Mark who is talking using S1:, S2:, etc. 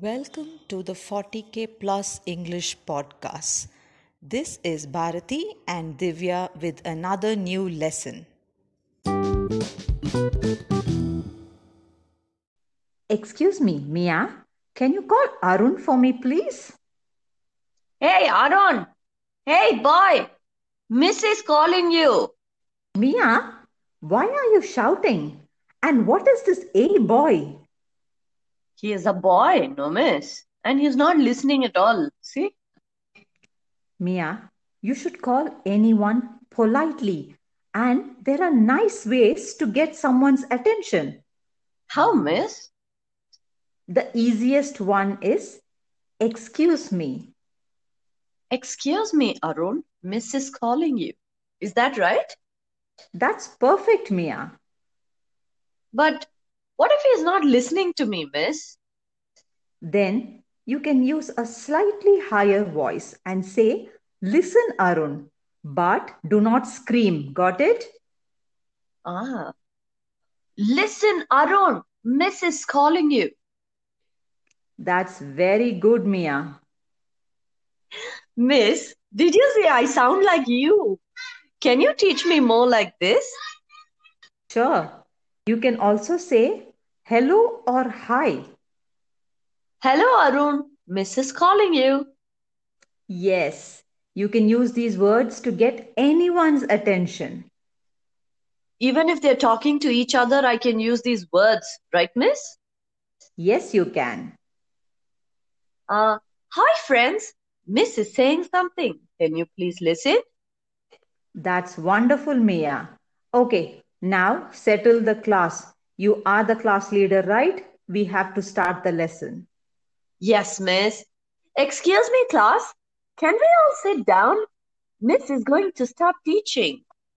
S1: Welcome to the 40k plus English podcast. This is Bharati and Divya with another new lesson.
S2: Excuse me, Mia. Can you call Arun for me, please?
S3: Hey, Arun. Hey, boy. Miss is calling you.
S2: Mia, why are you shouting? And what is this A boy?
S3: He is a boy, no miss. And he's not listening at all. See?
S2: Mia, you should call anyone politely. And there are nice ways to get someone's attention.
S3: How, miss?
S2: The easiest one is excuse me.
S3: Excuse me, Arun. Miss is calling you. Is that right?
S2: That's perfect, Mia.
S3: But what if he's not listening to me, miss?
S2: Then you can use a slightly higher voice and say, Listen, Arun, but do not scream. Got it?
S3: Ah. Listen, Arun. Miss is calling you.
S2: That's very good, Mia.
S3: Miss, did you see I sound like you? Can you teach me more like this?
S2: Sure. You can also say hello or hi.
S3: Hello, Arun. Miss is calling you.
S2: Yes, you can use these words to get anyone's attention.
S3: Even if they're talking to each other, I can use these words, right, miss?
S2: Yes, you can.
S3: Uh, hi, friends. Miss is saying something. Can you please listen?
S2: That's wonderful, Mia. Okay, now settle the class. You are the class leader, right? We have to start the lesson.
S3: Yes, miss. Excuse me, class. Can we all sit down? Miss is going to start teaching.